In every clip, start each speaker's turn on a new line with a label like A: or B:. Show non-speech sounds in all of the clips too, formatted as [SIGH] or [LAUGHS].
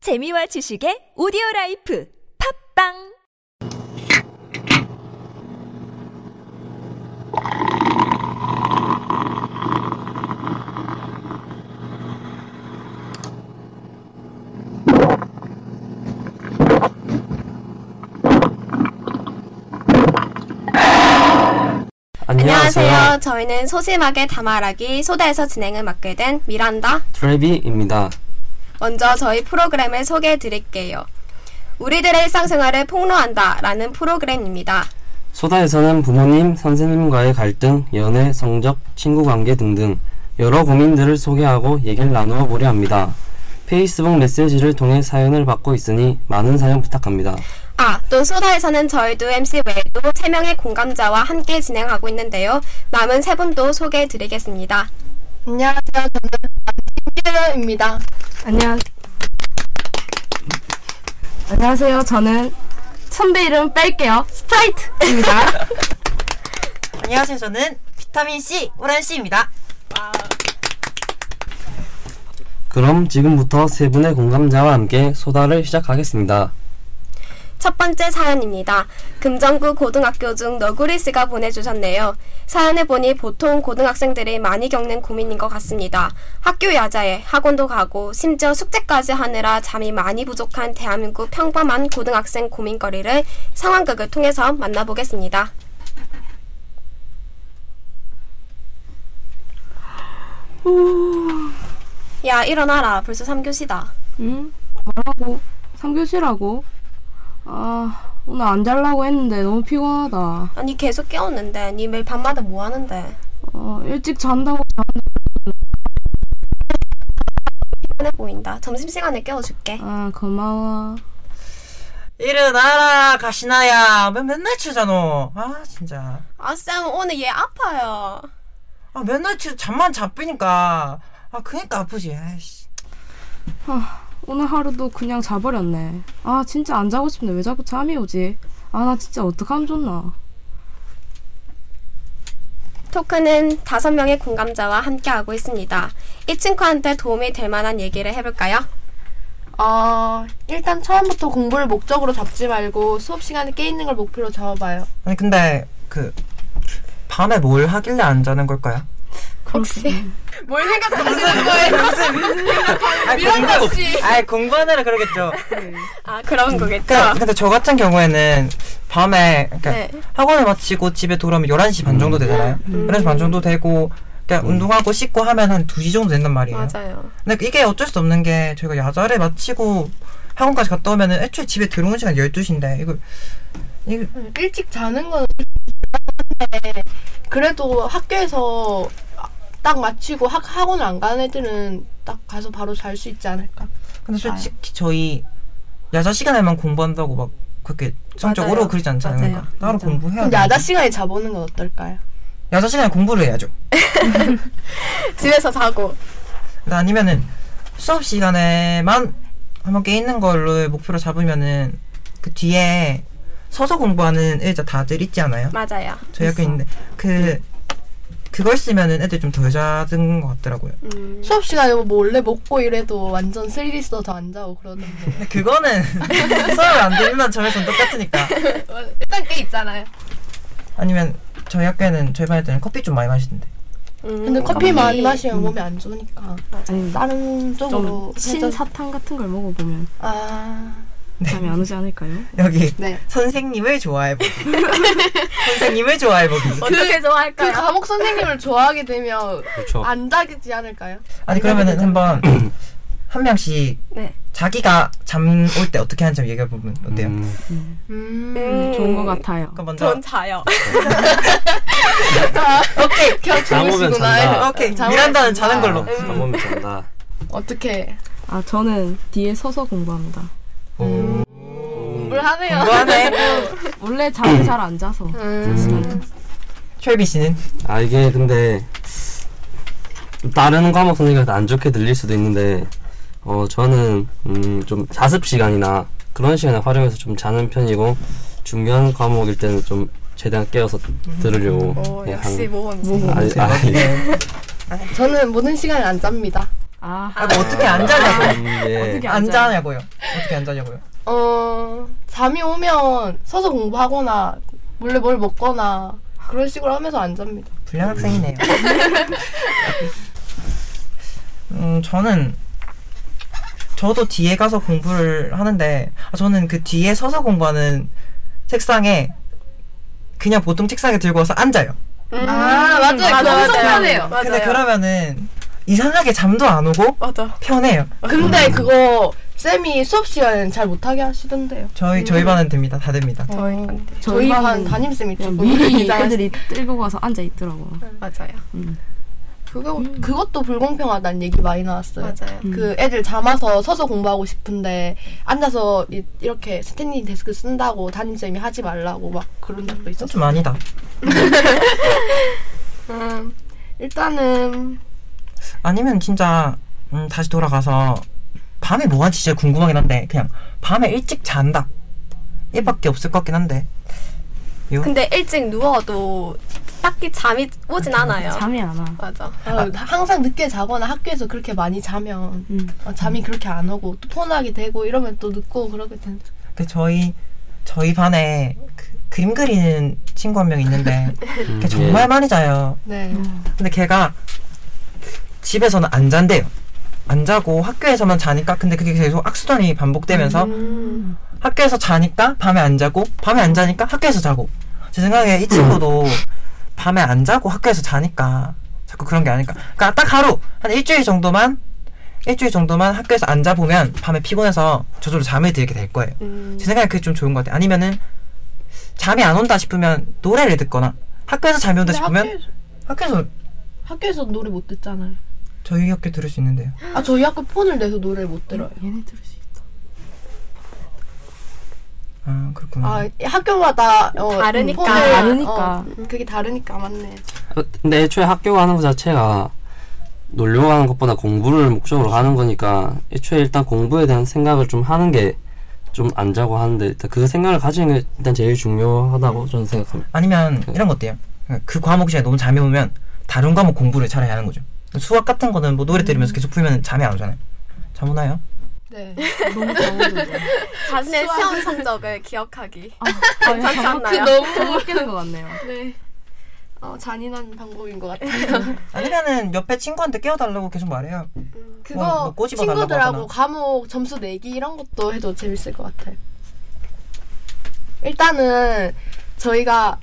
A: 재미와 지식의 오디오 라이프 팝빵
B: 안녕하세요. 저희는 소심하게 다말하기 소다에서 진행을 맡게 된 미란다.
C: 트레비입니다.
B: 먼저 저희 프로그램을 소개해 드릴게요. 우리들의 일상생활을 폭로한다 라는 프로그램입니다.
C: 소다에서는 부모님, 선생님과의 갈등, 연애, 성적, 친구 관계 등등 여러 고민들을 소개하고 얘기를 나누어 보려 합니다. 페이스북 메시지를 통해 사연을 받고 있으니 많은 사연 부탁합니다.
B: 아, 또 소다에서는 저희 두 MC 외에도 세명의 공감자와 함께 진행하고 있는데요. 남은 세분도 소개해 드리겠습니다.
D: 안녕하세요. 저는 신규입니다.
E: 안녕. 안녕하세요. 저는 선배 이름 뺄게요. 스프라이트입니다.
F: 안녕하세요. 저는 비타민 C 오란 씨입니다.
C: 그럼 지금부터 세 분의 공감자와 함께 소다를 시작하겠습니다.
B: 첫 번째 사연입니다. 금정구 고등학교 중 너구리 씨가 보내주셨네요. 사연을 보니 보통 고등학생들이 많이 겪는 고민인 것 같습니다. 학교 야자에 학원도 가고 심지어 숙제까지 하느라 잠이 많이 부족한 대한민국 평범한 고등학생 고민거리를 상황극을 통해서 만나보겠습니다. 야 일어나라 벌써 3교시다.
E: 응? 뭐라고? 3교시라고? 아, 오늘 안 자려고 했는데 너무 피곤하다.
B: 아니 계속 깨웠는데 니 매일 밤마다 뭐 하는데?
E: 어, 일찍 잔다고
B: 피곤해 보인다. 점심시간에 깨워줄게.
E: 아, 고마워.
F: 일어나라 가시나야. 왜 맨날 치잖아. 아 진짜.
B: 아쌤 오늘 얘 아파요.
F: 아 맨날 치 잠만 잡히니까. 아 그니까 아프지. 아이씨.
E: 오늘 하루도 그냥 자버렸네. 아, 진짜 안 자고 싶은데 왜 자꾸 잠이 오지? 아, 나 진짜 어떡하면 좋나.
B: 토크는 다섯 명의 공감자와 함께하고 있습니다. 이 친구한테 도움이 될 만한 얘기를 해볼까요?
D: 어, 일단 처음부터 공부를 목적으로 잡지 말고 수업 시간에 깨 있는 걸 목표로 잡아봐요.
F: 아니 근데 그 밤에 뭘 하길래 안 자는 걸까요?
B: 혹시
D: 뭘 생각하시는 거예요?
F: 아 공부. 아 공부하느라 그러겠죠.
B: 아 그런
F: 근데,
B: 거겠죠.
F: 근데 그러니까 저 같은 경우에는 밤에 그러니까
B: 네.
F: 학원을 마치고 집에 돌아오면 11시 반
D: 음.
F: 정도 되잖아요.
B: 음.
F: 11시 반 정도 되고 그러니까 운동하고 씻고 하면 한 2시 정도 된단 말이에요.
B: 맞아요.
F: 근데 이게 어쩔 수 없는 게 저희가 야자를 마치고 학원까지 갔다 오면은 애초에 집에 들어오는 시간 12시인데 이거 이거
D: 일찍 자는 건 한데 그래도 학교에서 딱 마치고 학, 학원을 안 가는 애들은 딱 가서 바로 잘 수 있지 않을까?
F: 근데 솔직히 저희 야자 시간에만 공부한다고 막 그렇게 성적으로
B: 맞아요.
F: 그러지 않잖아요.
B: 맞아요.
F: 그러니까
B: 맞아요.
F: 따로 공부해야
D: 그럼
F: 돼.
D: 야자 시간에 자보는 건 어떨까요?
F: 야자 시간에 공부를 해야죠.
B: 집에서 자고
F: 근데 아니면은 수업 시간에만 한번 깨있는 걸로 목표로 잡으면은 그 뒤에 서서 공부하는 의자 다들 있지 않아요?
B: 맞아요.
F: 저희 학교 있는데 그 그걸 쓰면은 애들 좀 덜 자는 것 같더라고요.
B: 음.
D: 수업 시간에 뭐 원래 먹고 이래도 완전 스릴 있어서 안 자고 그러는데
F: 근데 그거는 [LAUGHS] 수업을 안 들으면 점에서는 똑같으니까.
D: 일단 깨 있잖아요.
F: 아니면 저희 학교에는 저희 반 애들은 커피 좀 많이 마시던데.
B: 음,
D: 근데 커피 많이 마시면 몸에 안 좋으니까
E: 아니,
D: 다른
E: 좀
D: 쪽으로 해서-
E: 뭐 신사탕 같은 걸 먹어보면
D: 아
E: 잠이 안 오지 않을까요?
F: 여기
D: 네.
F: 선생님을 좋아해 보기. 선생님을 좋아해 보기.
B: 어떻게
D: 그
B: 좋아할까요?
D: 과목 선생님을 좋아하게 되면
C: 그렇죠.
D: 안 자겠지 않을까요?
F: 아니 그러면은 한번 한 명씩
B: 음. 네.
F: 자기가 잠 올 때 어떻게 하는지 얘기해 보면 어때요?
D: 음.
E: 네, 좋은 것 같아요.
F: 그럼 먼저
B: 전 자요.
D: 오케이. 그냥
C: 잠 오면 잔다.
D: 주무시구나.
F: 오케이
D: 잠
F: 미란다는
D: 오면
F: 자는 걸로.
C: 잠오면 잔다.
D: 어떻게
E: 아, 저는 뒤에 서서 공부합니다.
C: 그
D: 공부를 [LAUGHS] 하네요.
F: 뭐하네?
E: 원래 잠이 잘 안 자서.
C: 음.
E: 음.
F: 철비 씨는
C: 아 이게 근데 다른 과목 선생님한테 안 좋게 들릴 수도 있는데 어 저는 음 좀 자습 시간이나 그런 시간을 활용해서 좀 자는 편이고 중요한 과목일 때는 좀 최대한 깨어서 들으려고
B: 오,
C: 예, 아,
B: 음. 어, 역시 뭐.
C: 하는-
B: 모범생.
C: 아니, 아니,
D: 저는 모든 시간을 안 잡니다.
E: 아,
F: 아,
B: 네.
F: 뭐 어떻게 안 자냐고요?
C: 음, 예.
B: 아,
E: 어떻게
F: 안
E: 안 자요?
F: 자냐고요? 어떻게 안 자냐고요?
D: 어, 잠이 오면 서서 공부하거나 몰래 뭘 먹거나 그런 식으로 하면서 안 잡니다.
B: [LAUGHS]
F: 불량 학생이네요. 음, 저는 저도 뒤에 가서 공부를 하는데 아, 저는 그 뒤에 서서 공부하는 책상에 그냥 보통 책상에 들고 와서 앉아요.
B: 음.
D: 아, 맞아요. 그거 엄청 편해요.
B: 맞아요.
F: 근데 그러면은 이상하게 잠도 안 오고
B: 맞아.
F: 편해요.
D: 근데 그거 쌤이 수업 시간엔 잘 못하게 하시던데요.
F: 저희 저희 반은 됩니다. 다 됩니다.
D: 저희
E: 저희
D: 저희 반
E: 반은
D: 담임쌤이
E: 그냥
D: 조금
E: 미리
D: 이상하시-
E: 애들이 들고 가서 앉아 있더라고.
B: 맞아요.
D: 그거 그것도 불공평하다는 얘기 많이 나왔어요.
B: 맞아요.
D: 그 애들 담아서 서서 공부하고 싶은데 앉아서 이- 이렇게 스탠딩 데스크 쓴다고 담임쌤이 하지 말라고 막 그런 적도 있었어요.
F: 좀 아니다.
D: 음, 일단은
F: 아니면 진짜 음, 다시 돌아가서 밤에 뭐 하지 진짜 궁금하긴 한데 그냥 밤에 일찍 잔다. 얘밖에 없을 것 같긴 한데.
B: 근데 일찍 누워도 딱히 잠이 오진 않아요.
E: 잠이 안 와.
B: 맞아.
D: 어, 항상 늦게 자거나 학교에서 그렇게 많이 자면
E: 음.
D: 어, 잠이 그렇게 안 오고 또 폰하게 되고 이러면 또 늦고 그러게 되는
F: 근데 저희 저희 반에 그, 그림 그리는 친구 한 명 있는데
C: 음,
F: 걔 그러니까 정말 많이 자요.
D: 네.
F: 근데 걔가 집에서는 안 잔대요. 안 자고 학교에서만 자니까 근데 그게 계속 악순환이 반복되면서
D: 음.
F: 학교에서 자니까 밤에 안 자고 밤에 안 자니까 학교에서 자고 제 생각에 이 친구도 밤에 안 자고 학교에서 자니까 자꾸 그런 게 아닐까 그러니까 딱 하루 한 일주일 정도만 일주일 정도만 학교에서 안 자보면 밤에 피곤해서 저절로 잠을 들게 될 거예요
D: 음.
F: 제 생각에 그게 좀 좋은 것 같아요 아니면은 잠이 안 온다 싶으면 노래를 듣거나 학교에서 잠이 온다
D: 근데
F: 싶으면
D: 학교에서,
F: 학교에서
D: 학교에서 노래 못 듣잖아요.
F: 저희 학교 들을 수 있는데요
D: 아 저희 학교 폰을 내서 노래를 못 들어요.
E: 얘네 들을 수 있다.
F: 아 그렇구나
D: 아 학교마다 어,
B: 다르니까.
D: 폰을-
E: 다르니까.
D: 어, 음, 그게 다르니까 맞네.
C: 근데 애초에 학교 가는 것 자체가 놀려고 하는 것보다 공부를 목적으로 가는 거니까 애초에 일단 공부에 대한 생각을 좀 하는 게 좀 안 자고 하는데 일단 그 생각을 가지는 게 일단 제일 중요하다고 저는 생각합니다.
F: 아니면 이런 거 어때요? 그 과목 시간에 너무 잠이 오면 다른 과목 공부를 차라리 하는 거죠. 수학 같은 거는 뭐 노래 들으면서 계속 풀면 잠이 안 오잖아요. 잠 오나요?
D: [LAUGHS] 네.
E: 너무 잘어울린다
B: 자신의 시험 성적을 기억하기.
E: 괜찮지
B: 않나요?
E: 너무 웃기는 것 같네요.
D: 네. 어, 잔인한 방법인 것 같아요.
F: 아니면은 옆에 친구한테 깨워달라고 계속 말해요.
D: 음.
F: 뭐,
D: 그거
F: 뭐 꼬집어 달라고 하거나.
D: 친구들하고 과목 점수 내기 이런 것도 해도 재밌을 것 같아요. 일단은 저희가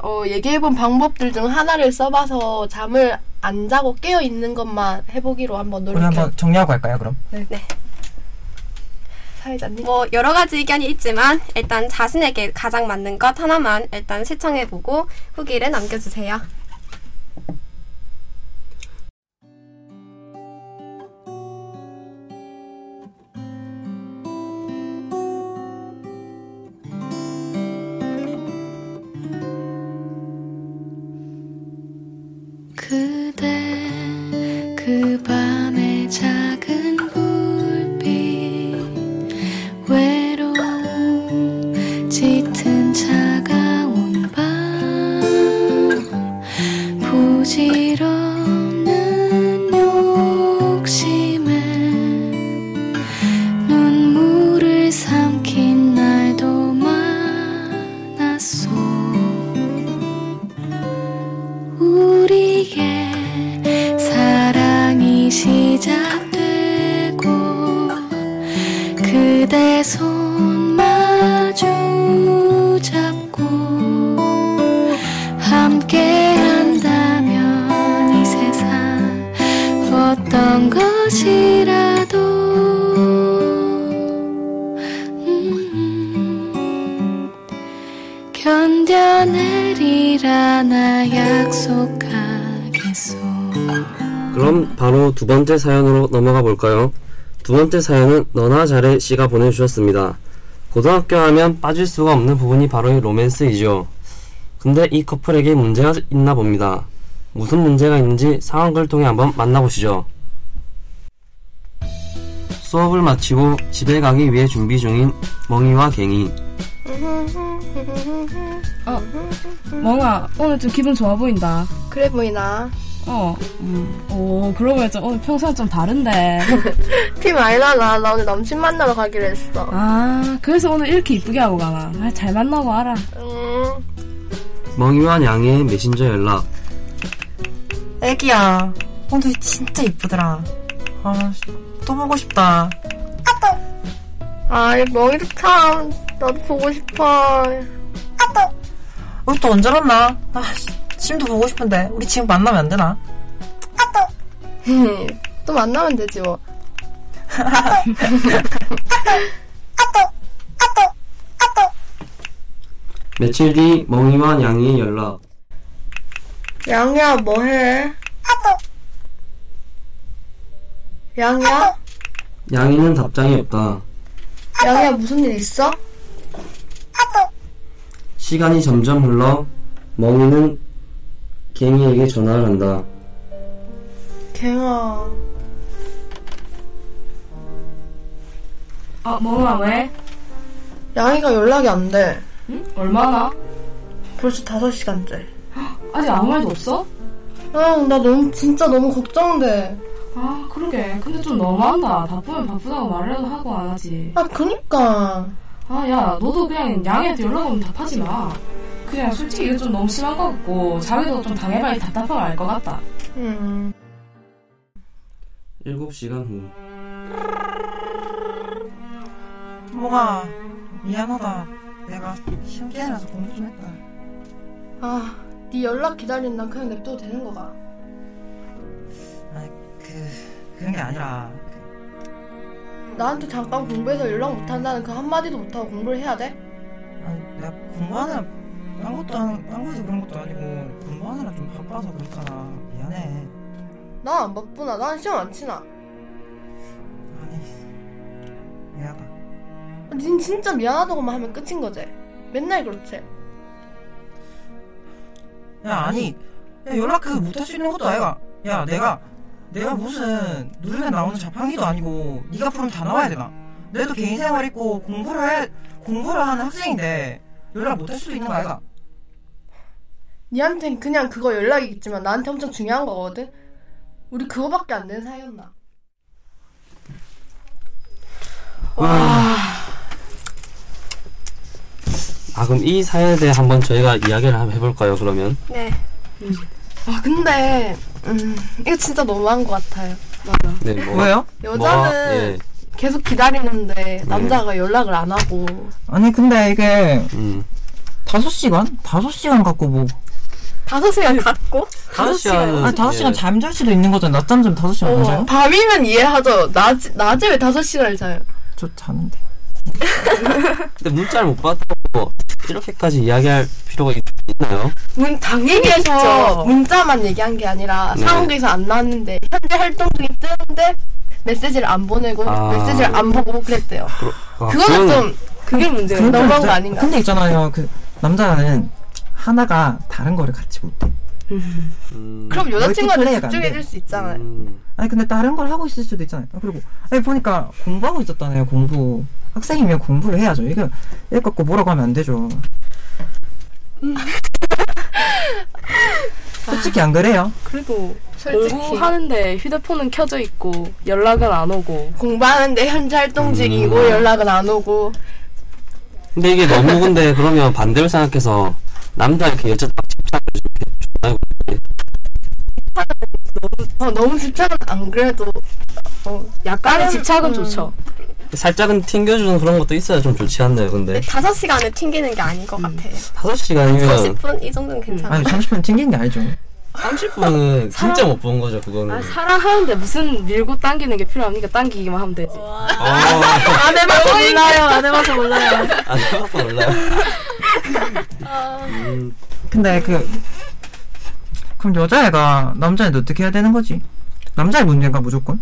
D: 어, 얘기해본 방법들 중 하나를 써봐서 잠을 안 자고 깨어 있는 것만 해보기로 한번
F: 우리
D: 노력해.
F: 한번 정리하고 갈까요, 그럼?
D: [LAUGHS] 사회자님.
B: 네. 뭐 여러 가지 의견이 있지만 일단 자신에게 가장 맞는 것 하나만 일단 시청해보고 후기를 남겨주세요.
G: 그대 그 밤의 작은 불빛 외로움 짙은 차가운 밤 부질없는 욕심에 눈물을 삼킨 날도 많았소 우리의 사랑이 시작되고 그대 손 마주 잡고 함께 한다면 이 세상 어떤 것이라도 음. 견뎌내리라 나 약속하겠소
C: 그럼 바로 두 번째 사연으로 넘어가 볼까요? 두 번째 사연은 너나 잘해 씨가 보내주셨습니다. 고등학교 하면 빠질 수가 없는 부분이 바로 이 로맨스이죠. 근데 이 커플에게 문제가 있나 봅니다. 무슨 문제가 있는지 상황을 통해 한번 만나보시죠. 수업을 마치고 집에 가기 위해 준비 중인 멍이와 갱이.
E: 멍아, 오늘 좀 기분 좋아 보인다.
D: 그래 보이나?
E: 어, 음. 오, 그러고 보니까 오늘 평소랑 좀 다른데.
D: 팀 아이라나 나 오늘 남친 만나러 가기로 했어.
E: 아, 그래서 오늘 이렇게 이쁘게 하고 가나. 아, 잘 만나고 알아.
D: 음,
C: 멍유한 양의 메신저 연락.
F: 애기야. 홍두이 진짜 이쁘더라. 아, 또 보고 싶다.
D: 아, 아이 멍이도 참 나도 보고 싶어. [LAUGHS]
F: 우리 또 언제 만나? 아, 지금도 보고 싶은데. 우리 지금 만나면 안 되나?
D: 또 만나면 되지 뭐. [LAUGHS]
C: 며칠 뒤 멍유한 양의 연락.
D: 양야 뭐해? 양야?
C: 양이는 답장이 없다.
D: 양야 무슨 일 있어?
C: 시간이 점점 흘러 멍이는 갱이에게 전화를 한다.
D: 갱아.
E: 아, 뭐야, 왜?
D: 양이가 연락이 안 돼.
E: 응? 얼마나?
D: 벌써 다섯 시간째.
E: 아직 아무 말도 없어?
D: 응, 나 너무 진짜 너무 걱정돼.
E: 아, 그러게. 근데 좀 너무한다. 바쁘면 바쁘다고 말이라도 하고 안 하지.
D: 아 그니까.
E: 아, 야, 너도 그냥 양이한테 연락 오면 답하지 마. 그냥 솔직히 이거 좀 너무 심한 것 같고, 자기도 좀 당해봐야 답답함을 알 것 같다.
D: 음.
C: 7시간 후.
F: 뭐가 미안하다. 내가 심기해라서 공부 좀 했다.
D: 아, 네 연락 기다리는 난 그냥 냅둬도 되는 거가.
F: 그 그런 게 아니라 그,
D: 나한테 잠깐 공부해서 연락 못 한다는 그 한마디도 못 하고 공부를 해야 돼?
F: 아니, 내가 공부하느라 딴 것도 안, 딴 거에서 그런 것도 아니고 공부하느라 좀 바빠서 그렇잖아. 미안해.
D: 난 안 바쁘나? 난 시험 안 치나?
F: 아니 미안하다.
D: 아, 닌 진짜 미안하다고만 하면 끝인 거지. 맨날 그렇지.
F: 야 아니 야, 연락 그 못 할 수 있는 것도 아이가. 야 내가 내가 무슨 누르면 나오는 자판기도 아니고 네가 부르면 다 나와야 되나? 내도 개인 생활 있고 공부를 해 공부를 하는 학생인데 연락 못 할 수도 있는 거 아이가.
D: 니한텐 그냥 그거 연락이겠지만 나한테 엄청 중요한 거거든? 우리 그거밖에 안 된 사이였나?
C: 아 그럼 이 사연에 대해 한번 저희가 이야기를 한번 해볼까요 그러면?
B: 네.
D: 아, 근데, 음, 이거 진짜 너무한 것 같아요.
C: 네 뭐.
F: 왜요?
C: 뭐,
D: 여자는
C: 예.
D: 계속 기다리는데 남자가 연락을 안 하고.
F: 아니 근데 이게
C: 음.
F: 다섯 시간? 다섯 시간 갖고 뭐
B: 다섯 시간 갖고
C: 다섯 시간. 예.
F: 아니 다섯 시간 잠잘 수도 있는 거잖아. 낮잠 좀 다섯 시간 안 자요?
D: 어, 밤이면 이해하죠. 낮, 낮에 왜 5시간을 자요?
F: 저 자는데.
C: 근데 문자를 못 받았다고 이렇게까지 이야기할 필요가 있, 있나요?
D: 문 당연히 했죠. 문자만 얘기한 게 아니라
C: 네.
D: 상황에서 안 나왔는데 현재 활동 중이 뜨는데 메시지를 안 보내고
C: 아.
D: 메시지를 안 보고 그랬대요.
C: 아,
D: 그거는
C: 그건-
D: 좀
B: 그게 문제예요.
D: 네, 너무한 거
F: 근데-
D: 아닌가?
F: 근데 있잖아요. 그 남자는 하나가 다른 거를 같이 못해.
C: 음,
D: 그럼 여자친구한테
F: 멀티플레이가 안
D: 집중해
F: 돼.
D: 줄 수 있잖아요.
C: 음,
F: 아니 근데 다른 걸 하고 있을 수도 있잖아요. 아, 그리고 아니 보니까 공부하고 있었다네요. 공부. 학생이면 공부를 해야죠. 이거 이거 갖고 뭐라고 하면 안 되죠.
D: 음.
F: 솔직히 안 그래요?
B: 그래도
D: 솔직히
E: 공부하는데 휴대폰은 켜져 있고, 연락은 안 오고.
D: 공부하는데 현재 활동 중이고
C: 음.
D: 연락은 안 오고
C: 근데 이게 너무 근데 그러면 반대로 생각해서 남자 이렇게 여자 딱 집착을 좀 이렇게 좋아요.
D: 어, 너무 집착은 안 그래도 어,
E: 약간의
D: 다른-
E: 집착은
D: 음.
E: 좋죠.
C: 살짝은 튕겨주는 그런 것도 있어야 좀 좋지 않나요? 근데
B: 다섯 시간을 튕기는 게 아닌
D: 음.
B: 것 같아요.
C: 다섯 시간이면
B: 30분 이 정도는 괜찮아. 요
F: 아니 30분 튕긴 게 아니죠.
C: 30분은 진짜 못 본 거죠 그거는.
E: 아, 사랑하는데 무슨 밀고 당기는 게 필요합니까? 당기기만 하면 되지.
C: 아,
D: 안 해봐서 몰라요. 안 해봐서 몰라요.
C: 안 해봐서 몰라요. 음,
F: 근데 그 그럼 여자애가 남자애한테 어떻게 해야 되는 거지? 남자애 문제인가 무조건?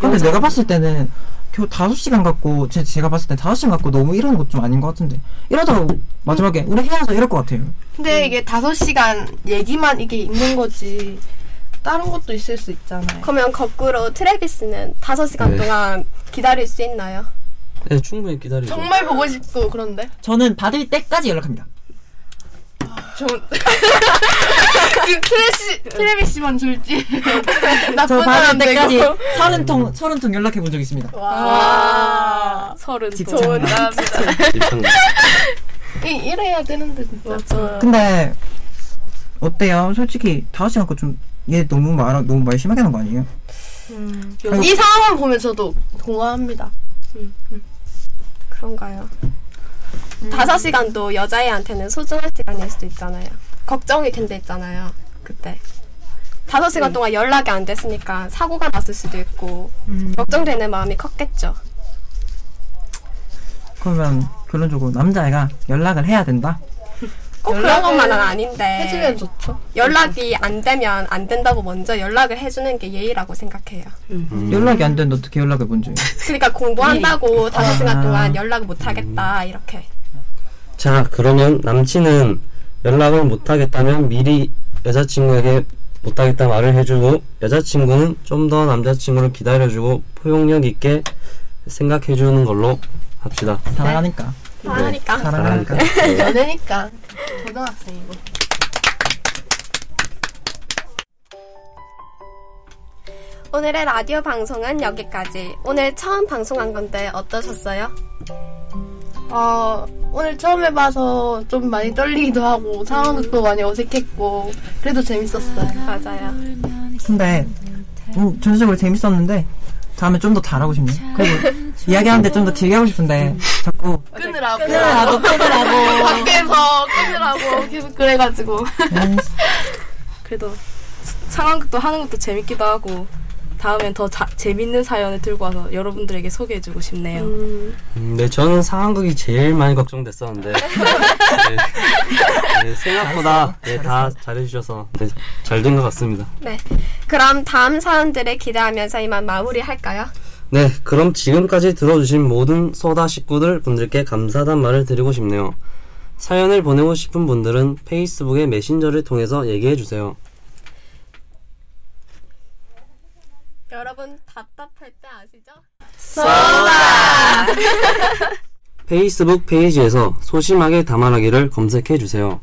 F: 근데 내가 봤을 때는 겨우 5시간 갖고 제, 제가 봤을 때 5시간 갖고 너무 이러는 것좀 아닌 것 같은데 이러다가 마지막에 우리 헤어져 이럴 것 같아요
D: 근데 이게 다섯 시간 얘기만 이게 있는 거지. 다른 것도 있을 수 있잖아요.
B: 그러면 거꾸로 트래비스는 다섯 시간
C: 네.
B: 동안 기다릴 수 있나요?
C: 네, 충분히 기다리고.
D: 정말 보고 싶고 그런데
F: 저는 받을 때까지 연락합니다
D: [LAUGHS] 전그 트레시
F: [LAUGHS]
D: 트레비시만 줄지
F: 저 아,
D: 나쁜
F: 받을 때까지
D: 사람되고
F: 서른 통 서른 통 연락해 본 적 있습니다. 아,
D: 와
E: 서른
F: 직장.
E: 돈.
D: 어, 좋은 남자
C: 입장
D: [LAUGHS] 이, 이래야 되는데 진짜
F: 근데 여보세요. 어때요? 솔직히 다섯 시간 거 좀 얘 너무 말 너무 말 심하게 하는 거 아니에요?
D: 이 상황을 보면 저도 공감합니다
B: 그런가요?
D: 음.
B: 다섯 시간도 여자애한테는 소중한 시간일 수도 있잖아요. 걱정이 된다 했잖아요. 그때. 다섯 시간
D: 음.
B: 동안 연락이 안 됐으니까 사고가 났을 수도 있고
D: 음.
B: 걱정되는 마음이 컸겠죠.
F: 그러면 결론적으로 남자애가 연락을 해야 된다.
B: 꼭 그런
D: 연락을
B: 것만은 아닌데
F: 네.
D: 해주면 좋죠
B: 연락이 안 되면 안 된다고 먼저 연락을 해주는 게 예의라고 생각해요.
F: 연락이 안 되는데 어떻게 연락을 본지.
B: 그러니까 공부한다고 다섯 시간 동안 연락을 못 하겠다 이렇게.
C: 자, 그러면 남친은 연락을 못하겠다면 미리 여자친구에게 못하겠다 말을 해주고 여자친구는 좀 더 남자친구를 기다려주고 포용력 있게 생각해주는 걸로 합시다.
F: 사랑하니까. 네,
B: 사랑하니까.
F: 사랑하니까.
D: 연애니까 고등학생이고
B: 오늘의 라디오 방송은 여기까지. 오늘 처음 방송한 건데 어떠셨어요?
D: 아 오늘 처음 해봐서 좀 많이 떨리기도 하고 상황극도 많이 어색했고 그래도 재밌었어요
B: 맞아요.
F: 근데 음, 전체적으로 재밌었는데 다음에 좀 더 잘하고 싶네요. 그리고 [LAUGHS] 이야기하는데 좀 더 길게 하고 싶은데 자꾸
D: 끊으라고
F: 끊으라고 끊으라고.
D: 밖에서 끊으라고 계속 그래가지고
F: 음,
E: 그래도 스- 상황극도 하는 것도 재밌기도 하고 다음엔 더 자, 재밌는 사연을 들고 와서 여러분들에게 소개해주고 싶네요.
C: 음, 네, 저는 상황극이 제일 많이 걱정됐었는데 네, 네, 생각보다 네, 다 잘해주셔서 네, 잘된 것 같습니다.
B: 네. 그럼 다음 사연들을 기대하면서 이만 마무리할까요?
C: 네, 그럼 지금까지 들어주신 모든 소다 식구들 분들께 감사단 말을 드리고 싶네요. 사연을 보내고 싶은 분들은 페이스북의 메신저를 통해서 얘기해 주세요.
B: 여러분 답답할 때 아시죠?
C: 페이스북 페이지에서 소심하게 담아라기를 검색해 주세요.